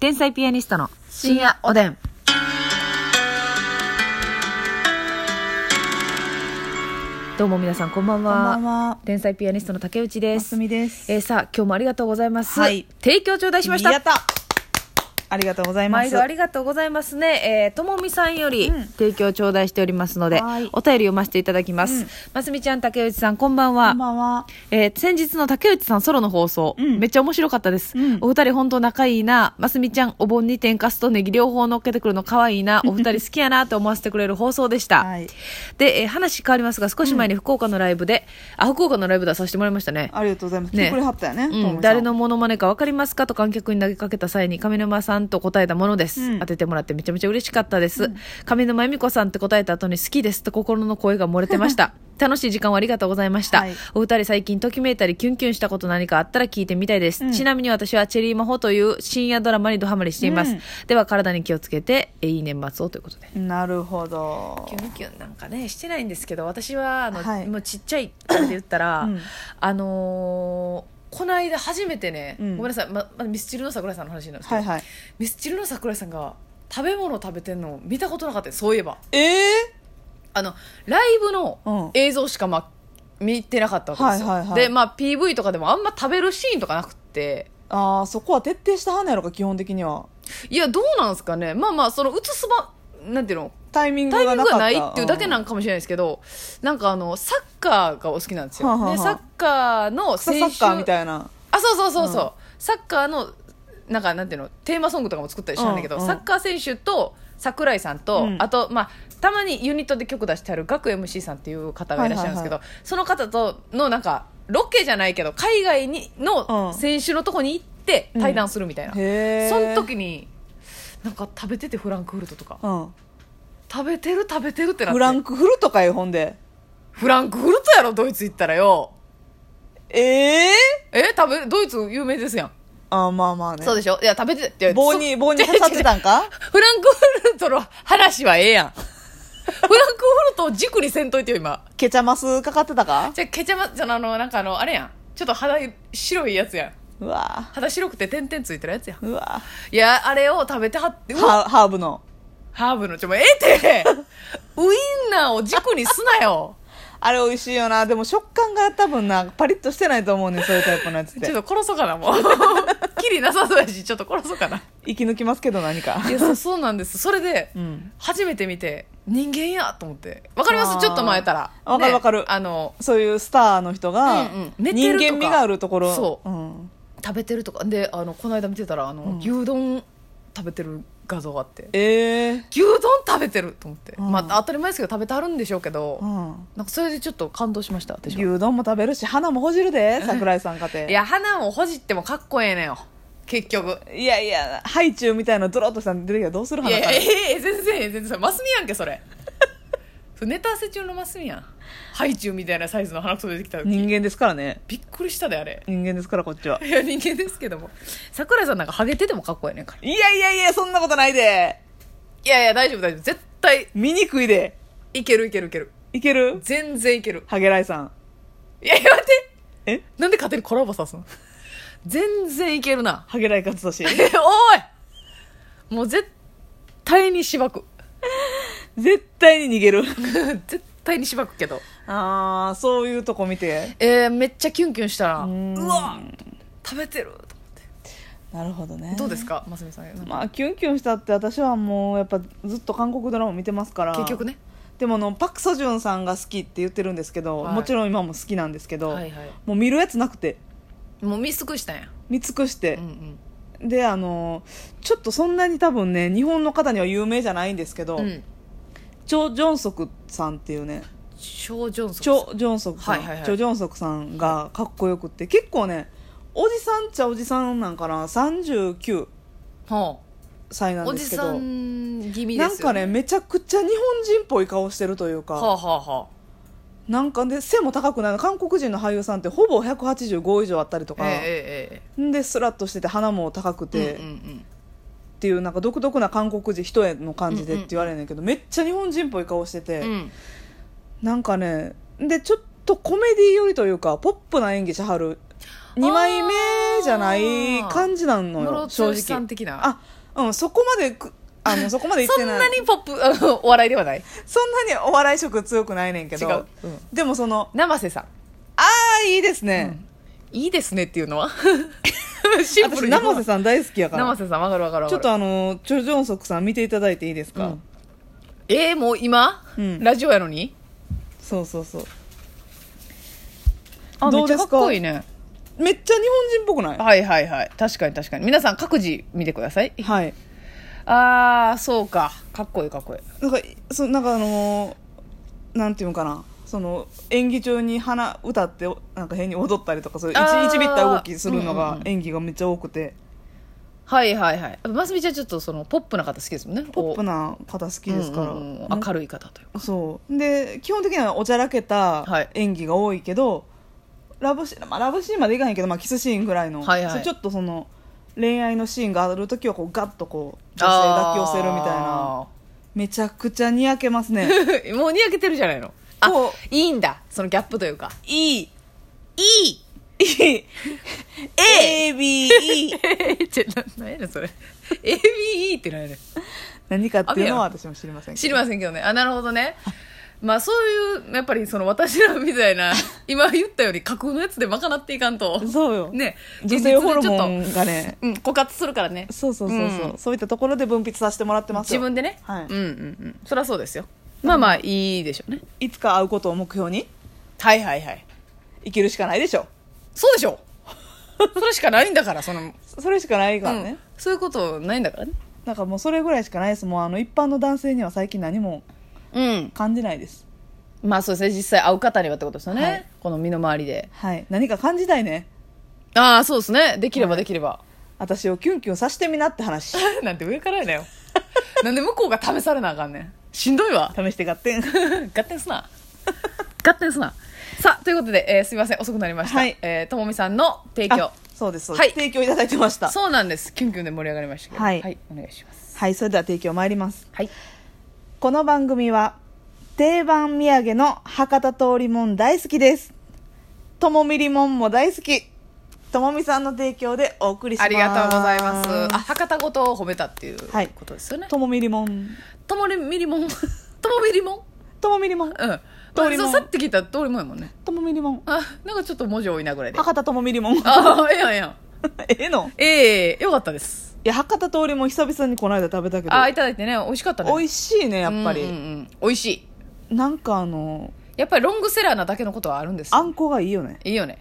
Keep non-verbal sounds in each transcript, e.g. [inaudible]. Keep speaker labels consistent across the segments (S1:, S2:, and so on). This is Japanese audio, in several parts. S1: 天才ピアニストの深夜おでん。どうも皆さんこんばんは。
S2: こんばんは
S1: 天才ピアニストの竹内で。
S2: ますすみです
S1: えーさあ今日もありがとうございます。
S2: はい
S1: 提供頂戴しました。
S2: やったありがとうございます
S1: 毎度ありがとうございますね。えーともみさんより
S2: うん
S1: 提供頂戴しておりますので、
S2: はい
S1: お便り読ませていただきます。
S2: うん
S1: ますみちゃん、竹内さん、こんばんは。
S2: こんばんは
S1: えー先日の竹内さんソロの放送、
S2: うん
S1: めっちゃ面白かったです。
S2: うん
S1: お二人本当仲いいな、ますみちゃん、お盆に天かすとネギ両方乗っけてくるの可愛
S2: [laughs]
S1: いな、お二人好きやなと思わせてくれる放送でした。
S2: はい
S1: で、えー話変わりますが、少し前に福岡のライブで、あ、福岡のライブださせてもらいましたね。
S2: ありがとうございます
S1: ね
S2: 来てくれはったよねトモミ
S1: う
S2: さ
S1: ん、
S2: ん
S1: 誰のモノマネか分かりますかと観客に投げかけた際に上沼さんと答えたものです、
S2: うん
S1: 当ててもらってめちゃめちゃ嬉しかったです、上沼恵美子さんって答えた後に好きですと心の声が漏れてました楽しい時間をありがとうございました、
S2: はい
S1: お二人最近ときめいたりキュンキュンしたこと何かあったら聞いてみたいです、
S2: うん
S1: ちなみに私はチェリーマホという深夜ドラマにドハマりしています、
S2: うん
S1: では体に気をつけてえいい年末をということで
S2: なるほど
S1: キュンキュンなんかねしてないんですけど私はあの、
S2: はい
S1: もうちっちゃい声で言ったら、
S2: うん
S1: あのーこの間初めてね、
S2: うん
S1: ごめんなさいままだミスチルの桜井さんの話なんですけど、
S2: はいはい
S1: ミスチルの桜井さんが食べ物食べてんの見たことなかったですそういえば
S2: ええ
S1: あのライブの映像しか、まあ、見てなかったわけですよ、
S2: はいはいはい
S1: で、まあ、PV とかでもあんま食べるシーンとかなくって
S2: ああそこは徹底したはんねやろか基本的にはい
S1: やどうなんですかねまあまあその映すばなんていうの
S2: タイミング
S1: タイミ
S2: が
S1: ング
S2: なか
S1: が
S2: った
S1: ないっていうだけなんんかもしれないですけど、なんかあのサッカーがお好きなんですよ、
S2: はあはあはあ
S1: でサッカーの青
S2: 草
S1: 春
S2: サッカーみたいな
S1: あそうそうそうそう、
S2: うん
S1: サッカーのなんかなんていうのテーマソングとかも作ったりしたんだけど、
S2: うんうん
S1: サッカー選手と桜井さんと、
S2: うん
S1: あと、まあ、たまにユニットで曲出してある学 MC さんっていう方がいらっしゃるんですけど、
S2: は
S1: その方とのなんかロケじゃないけど海外に
S2: う
S1: の
S2: ん
S1: 選手のとこに行って対談するみたいな、
S2: へえ
S1: その時になんか食べててフランクフルトとか
S2: うん
S1: 食べてる食べてるってなって
S2: フランクフルトかよほんで
S1: フランクフルトやろドイツ行ったらよ
S2: ええ
S1: え食べるドイツ有名ですやん、
S2: あーまあまあね
S1: そうでしょいや食べてていや
S2: 棒
S1: そ
S2: に棒に刺さってた
S1: [laughs]
S2: んか
S1: フランクフルトの話はええやんフランクフルトを軸にせんといてよ今
S2: ケチャマスかかってたか
S1: じゃあケチャマじゃああのなんかあのあれやんちょっと肌白いやつやん
S2: うわ
S1: 肌白くて点々ついてるやつやん
S2: ーうわ
S1: いやあれを食べてはって [laughs]
S2: ー
S1: うわ
S2: ハーハーブの
S1: ハーブのちょもうええてウインナーを軸にすな [laughs] よ
S2: あれ美味しいよな。でも食感が多分な、パリッとしてないと思うねんそういうタイプのやつっ
S1: ち
S2: て
S1: ょ。っと殺そうかなもう [laughs] キリなさそうやしちょっと殺そうかな
S2: 息抜きますけど何か
S1: い。やそうそうなんですそれで、
S2: うん
S1: 初めて見て人間やと思ってわかりま
S2: あー
S1: すちょっと前やったら
S2: わかる
S1: ね
S2: わかる
S1: あの
S2: そういうスターの人が
S1: うんうん、寝て
S2: 人
S1: るとか
S2: 間味があるところ。
S1: そう
S2: うん。
S1: 食べてるとかであのこの間見てたらあの、
S2: ん
S1: 牛丼食べてる画像があって
S2: ええ
S1: 牛丼食べてると思って、
S2: うん
S1: まあ当たり前ですけど食べてあるんでしょうけど、
S2: うん。
S1: なんかそれでちょっと感動しました私は
S2: 牛丼も食べるし、花もほじるで、桜井さん家庭。
S1: いや花もほじってもかっこええねよ結局
S2: いやいや、ハイチュウみたいなドロッとしたの出てきたらどうする
S1: い
S2: 花
S1: やい
S2: か
S1: や。ええ全然ええ全然マスミやんけそれそれネタ汗中のマスミやんハイチュウみたいなサイズの鼻くそ出てきた時
S2: 人間ですからね。
S1: びっくりしたであれ
S2: 人間ですからこっちは。
S1: いや人間ですけども桜井さんなんかハゲててもかっこええねんから
S2: いやいやいや、そんなことないで。
S1: いやいや大丈夫大丈夫絶対
S2: 醜いで。
S1: いけるいけるいける
S2: いける
S1: 全然いける
S2: ハゲライさん。
S1: いやいや待って
S2: え
S1: なんで勝手にコラボさすの全然いけるな。
S2: ハゲライ勝つし
S1: え、おいもう絶対にしばく。
S2: 絶対に逃げる。
S1: [laughs] 絶対にしばくけど。
S2: ああそういうとこ見て
S1: えー、めっちゃキュンキュンしたな。
S2: うーん
S1: うわ食べてると思っ
S2: なるほどね
S1: て。どうですかますみさん。なんか
S2: まあキュンキュンしたって私はもうやっぱずっと韓国ドラマ見てますから
S1: 結局ね。
S2: でもあのパク・ソジュンさんが好きって言ってるんですけど、
S1: はい
S2: もちろん今も好きなんですけど、
S1: はいはい。
S2: もう見るやつなくて
S1: もう見尽くしたんや。
S2: 見尽くして
S1: うんう、ん。
S2: であのちょっとそんなに多分ね日本の方には有名じゃないんですけど、
S1: うん。
S2: チョ・ジョンソクさんっていうね
S1: ショージョンソン
S2: チョ・ジョンソクさん、
S1: はいはいはい
S2: チョ・ジョンソクさんがかっこよくって結構ねおじさんっちゃおじさんなんかな39
S1: は
S2: 歳な
S1: あ
S2: ん
S1: お
S2: で
S1: じ
S2: すけど
S1: さん気味ですよ、ね。
S2: なんかねめちゃくちゃ日本人っぽい顔してるというか、
S1: はあ、はあは
S2: なんかね背も高くない韓国人の俳優さんってほぼ185以上あったりとか、
S1: あ。えええ
S2: んでスラッとしてて鼻も高く
S1: えええ
S2: て、
S1: うんう
S2: っ
S1: んうん。
S2: ていうなんか独特な韓国人人への感じでって言われるんだけど、めっちゃ日本人っぽい顔してて、
S1: うん
S2: なんかねでちょっとコメディ寄りというかポップな演技しはる2枚目じゃない感じなの
S1: ムロ
S2: よ
S1: ツヨ
S2: 正
S1: シさん
S2: 直
S1: 的な
S2: あうんそこまでくあのそこまでいっ
S1: そ
S2: て
S1: ん
S2: ない
S1: [laughs] なにポップあのお笑いではない
S2: そんなにお笑い色強くないねんけ
S1: 違
S2: ど
S1: う、うん
S2: でもその
S1: 生瀬さん
S2: ああいいですね、
S1: いいですねっていうのはシンプル
S2: [laughs] 私
S1: に
S2: 生瀬さん大好きやから
S1: 生瀬さんわかるわかるわ
S2: ち
S1: か
S2: ょっ
S1: る
S2: とあのチョ・ジョンソクさん見ていただいていいです
S1: う
S2: か、
S1: んえー、もう今、
S2: うん
S1: ラジオやのに
S2: そうそうそう
S1: あめ
S2: ど
S1: っ
S2: う
S1: ち
S2: で
S1: ゃ
S2: す
S1: か
S2: か
S1: っこいいね
S2: めっちゃ日本人っぽくない
S1: はいはいはい確かに確かに皆さん各自見てください
S2: はい
S1: ああそうかかっこいいかっこいい
S2: なんかそなんかあのーなんていうのかなその演技中に鼻歌ってなんか変に踊ったりとかそういういち
S1: あー
S2: いちびった動きするの
S1: うんう
S2: が
S1: んうん
S2: 演技がめっちゃ多くて、
S1: はいはいはいますみちゃんちょっとそのポップな方好きですもんね
S2: ポップな方好きですから、
S1: うんうんうん
S2: ね
S1: 明るい方という
S2: そうで基本的にはおちゃらけた
S1: はい
S2: 演技が多いけど、ラブシーン、まあ、ラブシーンまでいかへんけど、まあ、キスシーンぐらいの、
S1: はいはい
S2: そうちょっとその恋愛のシーンがある時はこうガッとこう女性抱
S1: あー
S2: き寄せるみたいなめちゃくちゃにやけますね
S1: もうにやけてるじゃないの [laughs] あ
S2: こ
S1: いいんだそのギャップという [laughs] か
S2: いい
S1: いい [laughs] っ
S2: ABE
S1: てな何やねんそれ ABE って何やねん
S2: 何かっていうのは私も知りませんけど
S1: 知りませんけどねあなるほどねまあそういうやっぱりその私らみたい [laughs] な今言ったより架空のやつで賄っていかんと
S2: そうよ、
S1: ね
S2: 女性ホル
S1: 現実でち
S2: モ
S1: ょっ
S2: ンがね
S1: と、うん、枯渇するからね
S2: そうそうそうそう、
S1: うん
S2: そういったところで分泌させてもらってます
S1: 自
S2: よ
S1: 分でね、
S2: はい
S1: うんうんうんそりゃそうですよまあまあいいでしょうね
S2: いつか会うことを目標に
S1: はいはいはい
S2: 生きるしかないでしょ
S1: そうでしょそれしかないんだからその、
S2: それしかないからね、
S1: うんそういうことないんだからね
S2: なんかもうそれぐらいしかないですもうあの一般の男性には最近何も
S1: うん
S2: 感じないです
S1: まあそうですね実際会う方にはってことですよね、
S2: はい
S1: この身の回りで
S2: はい何か感じたいね
S1: ああそうですねできればできれば、
S2: 私をキュンキュンさしてみなって話試
S1: [laughs] なんて上からやなよ [laughs] なんで向こうが試されなあかんねんしんどい [laughs] わ
S2: して買ってん
S1: ガッテンす [laughs] なガッテンすなさあということで、えーすいません遅くなりました、
S2: はい
S1: えーともみさんの提供
S2: あそうですそうです、
S1: はい
S2: 提供いただいてました
S1: そうなんですキュンキュンで盛り上がりましたけど
S2: はい
S1: お願いします
S2: はいそれでは提供参ります
S1: はい
S2: この番組は定番土産の博多通りもん大好きですともみりもんも大好きともみさんの提供でお送りします
S1: ありがとうございますあ博多ごとを褒めたっていう
S2: はい
S1: ことですよね、
S2: ともみりもん
S1: ともりみりもん [laughs] ともみりもん
S2: ともみりもん
S1: うんまあ
S2: 通りもん
S1: そうさって聞いたら通りもんやもんね
S2: ともみりもん
S1: あなんかちょっと文字多いなぐらいであ
S2: 博多ともみりもん [laughs]
S1: あええやんええやん
S2: ええの
S1: ええよかったです
S2: いや博多通りも久々にこの間食べたけど
S1: ああいただいてね美味しかったね
S2: 美味しいねやっぱり、
S1: うんうんうん美味しい
S2: なんかあの
S1: やっぱりロングセラーなだけのことはあるんです
S2: あんこがいいよね
S1: いいよね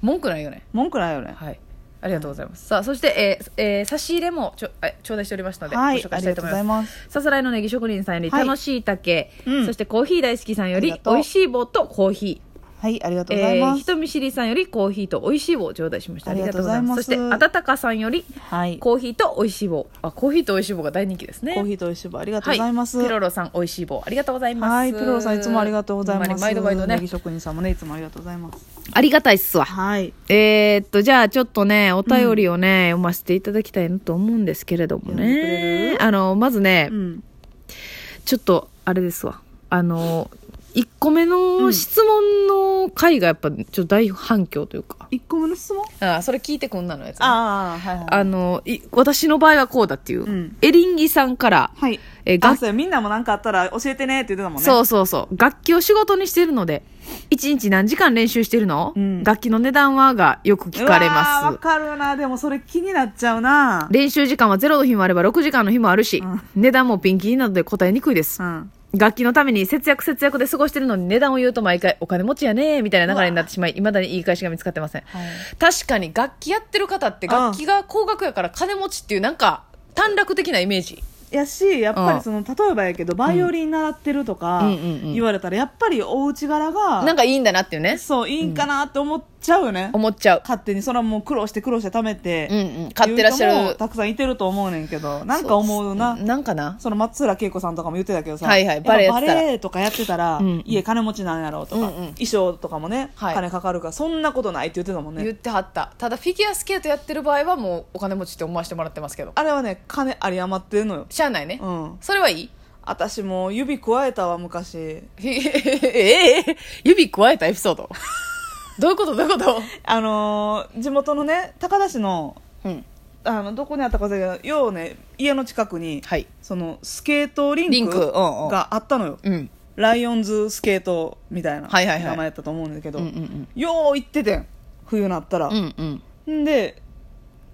S1: 文句ないよね
S2: 文句ないよね
S1: はいありがとうございますさあそして、えーえー差し入れもちょえ頂戴しておりますので、
S2: は
S1: ご
S2: い
S1: 紹
S2: あ
S1: 介し
S2: り
S1: たい
S2: が
S1: と
S2: と
S1: 思
S2: うご
S1: い
S2: ざ
S1: ます
S2: います
S1: さすらいのネギ職人さんより
S2: はい
S1: 楽しい竹、
S2: うん
S1: そしてコーヒー大好きさんよ
S2: あ
S1: り
S2: りがとう
S1: 美味しい棒とコーヒー
S2: はいありがとうござい
S1: え
S2: ま
S1: ー、
S2: す、
S1: 人見知りさんよりコーヒーと美味しい棒を頂戴しました
S2: ありがとうございます
S1: ありがとうございそしてあたたかさんより
S2: はいコ
S1: コーヒーと美味しい棒あコーヒーと美味しい棒が大人気ですね
S2: ーヒーとおいしい棒ありがとうございます、
S1: は、
S2: はいい
S1: ピロロさん美味しい棒ありがとうございます
S2: ピロロさんいつもありがとうございます
S1: ほんに毎度毎度
S2: ネギ
S1: ね
S2: 職人さんもねいつもありがとうございます
S1: ありがたいっすわ
S2: はい
S1: えー、っとじゃあちょっとねお便りをね、読ませていただきたいなと思うんですけれども
S2: 読んでくれ
S1: ねあのまずね、
S2: うん
S1: ちょっとあれですわあの1個目の質問の回がやっぱちょっと大反響というか、
S2: 一個目の質問
S1: あそれ聞いてこんなのやつ、あ
S2: ああはいはい
S1: あのい私の場合はこうだっていう、
S2: うん
S1: エリンギさんから、
S2: はい
S1: えー
S2: あ
S1: 楽
S2: そうやみんなも何かあったら教えてねって言ってたもんね
S1: そうそうそう。楽器を仕事にしてるので、一日何時間練習してるの、
S2: うん
S1: 楽器の値段はがよく聞かれ
S2: うわー
S1: ま
S2: わ
S1: す。
S2: かるなでもそれ気になっちゃうな
S1: 練習時間はゼロの日もあれば6時間の日もあるし、
S2: うん
S1: 値段もピンキリなどで答えにくいです
S2: う。ん
S1: 楽器のために節約節約で過ごしてるのに値段を言うと毎回お金持ちやねみたいな流れになってしまい、未だに言い返しが見つかってません。
S2: はい
S1: 確かに楽器やってる方って
S2: うん
S1: 楽器が高額やから金持ちっていうなんか短絡的なイメージ。
S2: やしやっぱ
S1: うん
S2: りその例えばやけどバイオリン習ってると
S1: うん
S2: か
S1: うんうんうん
S2: 言われたらやっぱりお家柄が
S1: なんかいいんだなっていうね、
S2: そういいんかなって思っちゃうよね、
S1: 思っちゃう。
S2: 勝手にそれはもう苦労して苦労して貯めて、
S1: うんうん。買ってらっし
S2: いう
S1: ゃ
S2: 人も
S1: る。
S2: たくさんいてると思うねんけどなんか思うなそ
S1: なんかな
S2: の松浦恵子さんとかも言ってたけどさ、
S1: はいはい
S2: やっぱ
S1: バ
S2: バ
S1: レエやって
S2: レ
S1: たら
S2: エとかやってたら、
S1: うんうん
S2: 家金持ちなんやろうとか、
S1: うんうん
S2: 衣装とかもね、
S1: はい
S2: 金かかるからそんなことないって言ってたもん
S1: 言
S2: ね
S1: ってはったただフィギュアスケートやってる場合はもうお金持ちって思わせてもらってますけど
S2: あれはね金あり余ってんのよ、
S1: しゃあないね、
S2: うん、
S1: それはい [laughs] い
S2: 私もう指くわえたわ
S1: [laughs]
S2: 昔
S1: ええ指加えたエピソードどういうことどういうこと
S2: あのー地元のね高田市の
S1: うん
S2: あのどこにあったか忘れたけどようね家の近くに、
S1: はい
S2: そのスケートリンク
S1: リンクうんうん
S2: があったのよ、
S1: うん
S2: ライオンズスケートみたいな
S1: はいはいはい
S2: 名前やったと思うんだけど、
S1: うんうん
S2: よう行っててん冬なったら
S1: う、んうん
S2: ん、で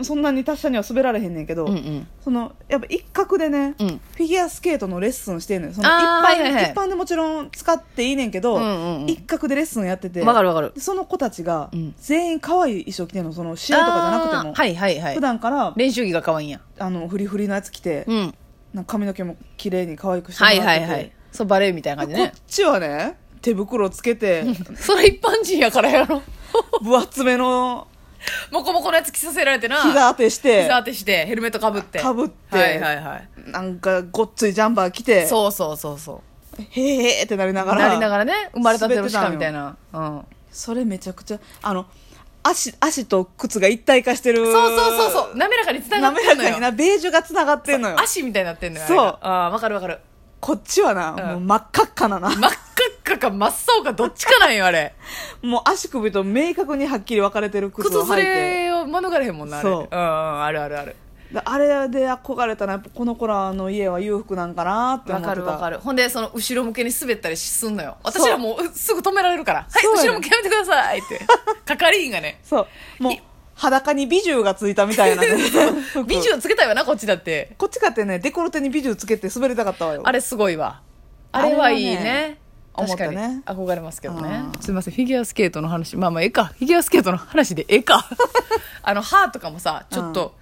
S2: そんなに達者には滑られへんねんけど、
S1: うんうん
S2: そのやっぱ一角でね、
S1: うん
S2: フィギュアスケートのレッスンしてんのよその一
S1: あー
S2: 般,、
S1: はいはいはい
S2: 一般でもちろん使っていいねんけど、
S1: うんうんうん
S2: 一角でレッスンやってて
S1: わかるわかる
S2: でその子たちが
S1: うん
S2: 全員可愛い衣装着てんのその試合とかじゃなくても、
S1: あーはいはいはい
S2: 普段から
S1: 練習着が可愛いんや
S2: あのフリフリのやつ着て、
S1: うん
S2: なんか髪の毛も綺麗に可愛くしても
S1: は
S2: らっ
S1: い
S2: てて
S1: はいはいそうバレエみたいな感じ
S2: こっ
S1: ね
S2: ちはね手袋つけて
S1: それ一般人やからやろ
S2: 分厚めの
S1: モコモコのやつ着させられてな
S2: 膝当てして
S1: 膝当てしてヘルメットかぶって
S2: かぶって
S1: はいはいはい
S2: なんかごっついジャンバー着て
S1: そうそうそうそ
S2: へーへーってなりな
S1: う
S2: がら
S1: なりながらね生まれたての
S2: 滑
S1: 鹿
S2: って
S1: み
S2: た
S1: た
S2: ん
S1: いなうん
S2: それめちゃくちゃあの足足と靴が一体化してる
S1: そうそうそうそう滑らかに繋がって
S2: 滑
S1: る
S2: ら
S1: のよ
S2: かになベージュがつながってんのよ
S1: 足みたいになってんのよ
S2: そ
S1: あ
S2: う
S1: れがあーわかるわかる
S2: こっちはな、
S1: うん
S2: もう真っ赤っかなな
S1: 真っ赤っかか真っ青かどっちかなんよあれ
S2: もう足首と明確にはっきり分かれてる靴
S1: [laughs]
S2: を
S1: 靴ず
S2: 履いて
S1: れを免れへんもんなあれ
S2: そう
S1: うんうんあるあるある
S2: であれで憧れたなやっぱこの子らの家は裕福なんかなって思
S1: わ
S2: って
S1: かる
S2: た
S1: わかるほんでその後ろ向けに滑ったりすんのよ私らもうすぐ止められるから「はい
S2: そうや
S1: [laughs] 後
S2: ね
S1: ろ向けやめてください」って係員が [laughs] ね
S2: そうもう裸に美獣がついたみた
S1: [laughs]
S2: いなね服
S1: 美女つけたよなこっちだって
S2: こっちかってねデコルテに美獣つけて滑りたかったわよ
S1: あれすごいわあれはいい
S2: あれは
S1: ね
S2: ね
S1: 確かに
S2: 思っ
S1: 憧れますけどね
S2: あー
S1: すいませんフィギュアスケートの話まあまあええかフィギュアスケートの話でええかあの歯とかもさちょっと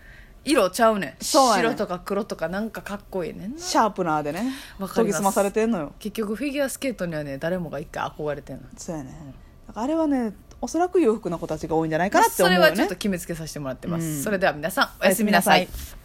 S1: 色ちゃうねん
S2: そうやねん
S1: 白とか黒とかなんかかっこいいねんな
S2: シャープナーでね
S1: わか
S2: 研
S1: ります
S2: ぎ澄まされてんのよ
S1: 結局フィギュアスケートにはね誰もが一回憧れてんの
S2: そうやねだからあれはねおそらく裕福な子たちが多いんじゃないかなって思うよ
S1: まあ
S2: ね
S1: それはちょっと決めつけさせてもらってます、
S2: うん
S1: それでは皆さんおやすみなさ
S2: おや
S1: い
S2: すみなさ